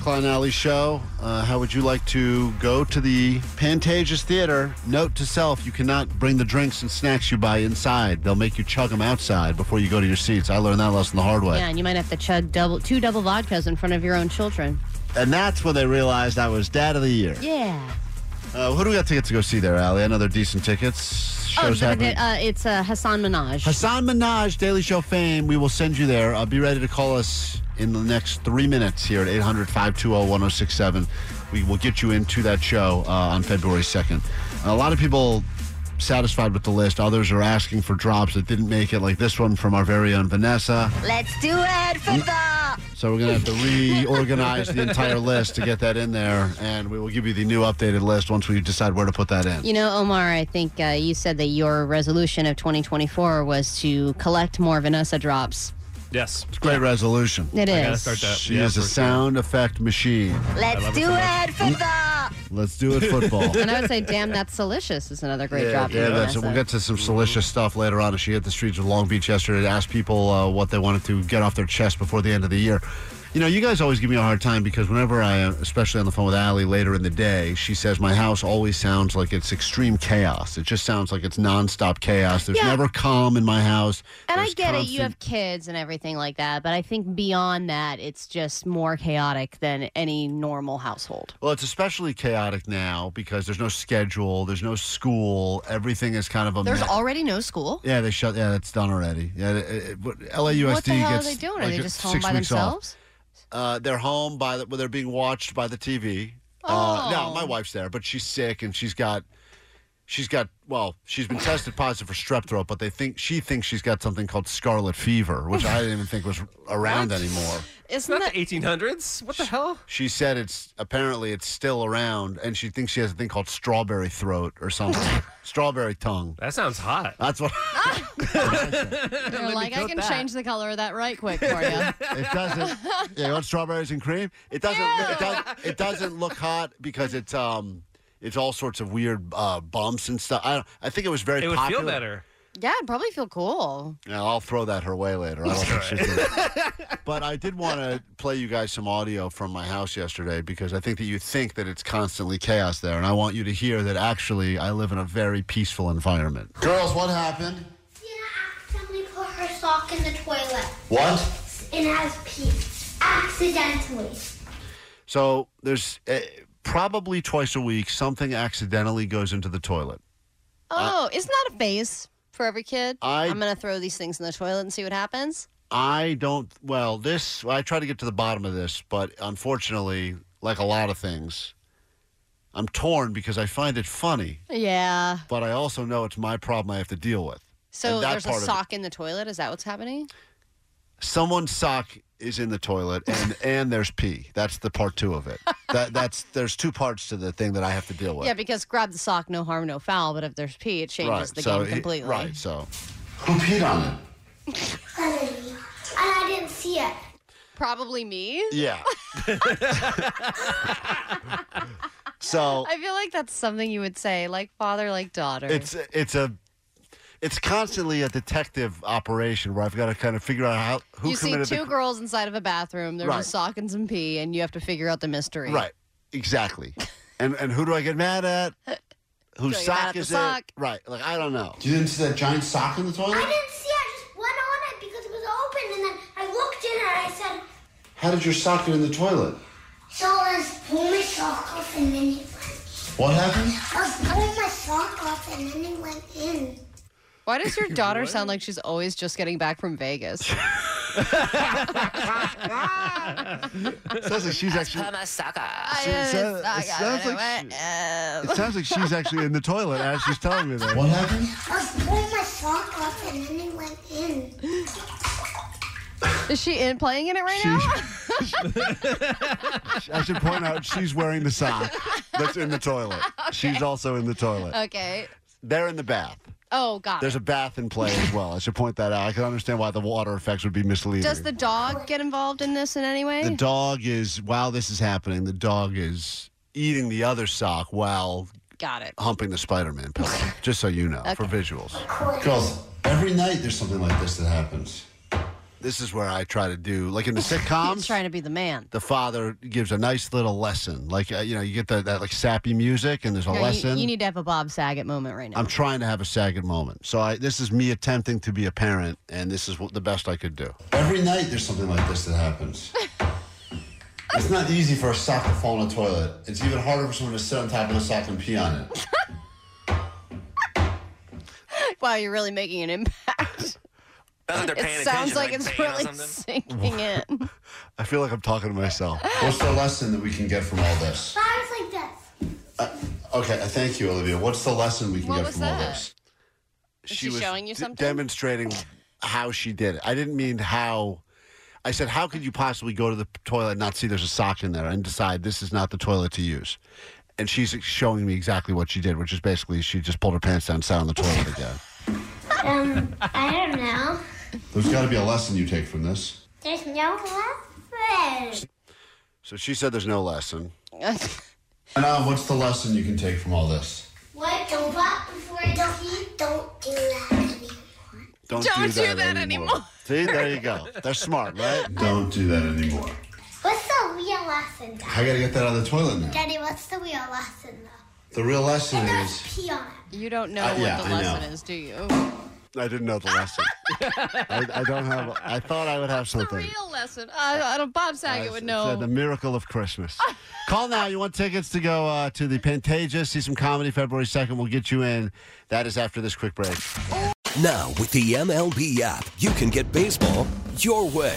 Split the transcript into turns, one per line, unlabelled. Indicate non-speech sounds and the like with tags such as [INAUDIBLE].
Klein Alley Show. Uh, how would you like to go to the Pantages Theater? Note to self: you cannot bring the drinks and snacks you buy inside. They'll make you chug them outside before you go to your seats. I learned that lesson the hard way.
Yeah, and you might have to chug double two double vodkas in front of your own children.
And that's when they realized I was Dad of the Year.
Yeah.
Uh, who do we got tickets to go see there, Allie? I know they're decent tickets. Shows
oh,
happening.
th- uh, it's uh, Hassan Minaj.
Hassan Minaj, Daily Show fame. We will send you there. Uh, be ready to call us in the next three minutes here at 800 520 1067. We will get you into that show uh, on February 2nd. A lot of people satisfied with the list. Others are asking for drops that didn't make it, like this one from our very own Vanessa.
Let's do it for the.
So we're going to have to reorganize the entire list to get that in there. And we will give you the new updated list once we decide where to put that in.
You know, Omar, I think uh, you said that your resolution of 2024 was to collect more Vanessa drops.
Yes.
It's a great resolution.
It
I gotta
is.
start that.
She
Yeah,
is a
for sure.
sound effect machine.
Let's
love it
do
so much.
it for the.
Let's do it
[LAUGHS]
football.
[LAUGHS] And I would say, damn, that's delicious is another great drop.
yeah,
from
that's it.
Vanessa.
We'll get to some salacious stuff later on. She hit the streets of Long Beach yesterday to ask people uh, what they wanted to get off their chest before the end of the year. You know, you guys always give me a hard time because whenever I, especially on the phone with Allie later in the day, she says my house always sounds like it's extreme chaos. It just sounds like it's nonstop chaos. There's
Yeah.
never calm in my house.
And I
There's
get it. You
constant-
have kids and everything like that. But I think beyond that, it's just more chaotic than any normal household.
Well, it's especially chaotic now because there's no schedule, there's no school, everything is kind of a
There's
mess.
already no school.
Yeah, they shut. Yeah, that's done already. Yeah, it, it, but LAUSD
What the hell are
gets
they doing? Are
like,
they
a-
just home
six
by
weeks off.
themselves?
Uh, they're home by the. Well, they're being watched by the TV. Uh, no,
Oh.
my wife's there, but she's sick and she's got. She's got well. She's been tested positive for strep throat, but they think she thinks she's got something called scarlet fever, which I didn't even think was around anymore.
Isn't
Not the
that
1800s. What the hell?
She said it's apparently it's still around, and she thinks she has a thing called strawberry throat or
[LAUGHS]
something, strawberry tongue.
That sounds hot.
That's what.
They're like, I
coat
can
that.
change the color of that right quick for you.
It doesn't. yeah, you want strawberries and cream? It doesn't. It, does, it doesn't look hot because it's um, it's all sorts of weird uh, bumps and stuff. I don't, I think it was very.
It would
popular.
feel better.
[LAUGHS] yeah, it'd probably feel cool.
Yeah, I'll throw that her way later. I don't think she's
[LAUGHS]
gonna- But I did want to play you guys some audio from my house yesterday because I think that you think that it's constantly chaos there, and I want you to hear that actually I live in a very peaceful environment. Girls, what happened?
Sina accidentally put her sock in the toilet
What?
and has peed. Accidentally.
So there's uh, probably twice a week something accidentally goes into the toilet.
Oh, isn't that a phase for every kid?
Uh, I-
I'm going to throw these things in the toilet and see what happens.
I don't. Well, this I try to get to the bottom of this, but unfortunately, like a lot of things, I'm torn because I find it funny,
Yeah.
but I also know it's my problem I have to deal with.
So
And that
there's a
part of it-
sock in the toilet. Is that what's happening?
Someone's sock is in the
[LAUGHS]
toilet, and and there's pee. That's the part two of it. That that's there's two parts to the thing that I have to deal with.
Yeah, because grab the sock, no harm, no foul. But if there's pee, it changes
right.
the
so
game
he-
completely.
right.
[LAUGHS]
So who peed on it?
Suddenly. And I didn't see it.
Probably me.
Yeah. [LAUGHS] so
I feel like that's something you would say, like father, like daughter.
it's it's a it's constantly a detective operation where I've got to kind of figure out how who
you see
committed
two
the
girls inside of a bathroom. There's a
Right.
sock and some pee, and you have to figure out the mystery.
right
[LAUGHS]
exactly, and and who do I get mad at? Whose
Do
sock
I get mad at the
is
sock?
it? Right, like I don't know. You didn't see that giant sock in the
I
toilet?
didn't see it. I just went on it because it was open and then I looked in it and I said,
How did your sock get in the toilet?
Someone's poo sock off and then it went.
What happened?
I was pulling my sock off and then it went in.
Why does [LAUGHS] your daughter sound like she's always just getting back from
[LAUGHS]
Vegas?
Sounds like she's actually.
I, Uh,
It sounds- it sounds like It sounds like she's actually in the toilet as she's telling me that. What happened?
I was pulling my sock off and then it went in.
Is she in playing in it right now?
[LAUGHS] I should point out she's wearing the sock that's in the
[LAUGHS]
toilet. She's also in the toilet.
Okay.
They're in the bath.
Oh God.
There's a bath in play as well. I should point that out. I can understand why the water effects would be misleading.
Does the dog get involved in this in any way?
The dog is while this is happening, the dog is eating the other sock while
Got it.
humping the Spider-Man
[LAUGHS]
pillow. just so you know, for visuals.
Cool.
Because every night there's something like this that happens. This is where I try to do, like in the
[LAUGHS] He's
sitcoms,
trying to be the man.
the father gives a nice little lesson. Like, uh, you know, you get that, that like sappy music and there's a
No, you-
lesson.
You, need to have a Bob Saget moment right now. [LAUGHS]
I'm trying to have a Saget moment. So I, this is me attempting to be a parent, and this is what, the best I could do. Every night there's something like this that happens. it's not easy for a sock to fall in the toilet. It's even harder for someone to sit on top of the sock and pee on it.
wow, you're really making an impact. It sounds like it's really sinking [LAUGHS] in.
I feel like I'm talking to myself. What's the lesson that we can get from all this?
Sounds like this.
Okay, uh, thank you, Olivia. What's the lesson we can
What
get
was
from all
that?
this?
she showing you something?
demonstrating how she did it. I didn't mean how. I said, how could you possibly go to the toilet and not see there's a sock in there and decide this is not the toilet to use? And she's showing me exactly what she did, which is basically she just pulled her pants down and sat on the [LAUGHS] toilet again.
Um, I don't know.
There's got to be a lesson you take from this.
There's no lesson.
So she said there's no lesson. And now, what's the lesson you can take from all this?
What? Don't walk before you see. Don't do that anymore.
Don't,
Don't do that anymore.
See, there you go. They're smart, right? Don't do that anymore.
What's the real lesson, Dad?
I gotta get that out of the toilet now.
Daddy, what's the real lesson, though?
The real lesson
There's
is
pee on it.
[LAUGHS] you don't know
Uh,
what
yeah,
the
I
lesson
know.
is, do you?
I didn't know the
[LAUGHS]
lesson. I, I don't have. I thought I would have
The
something.
real lesson. I, I don't. Bob Saget would
Said the
know.
miracle of Christmas. Call now. You want tickets to go uh, to the Pantages, see some comedy February 2nd. We'll get you in. That is after this quick break.
Now, with the MLB app, you can get baseball your way.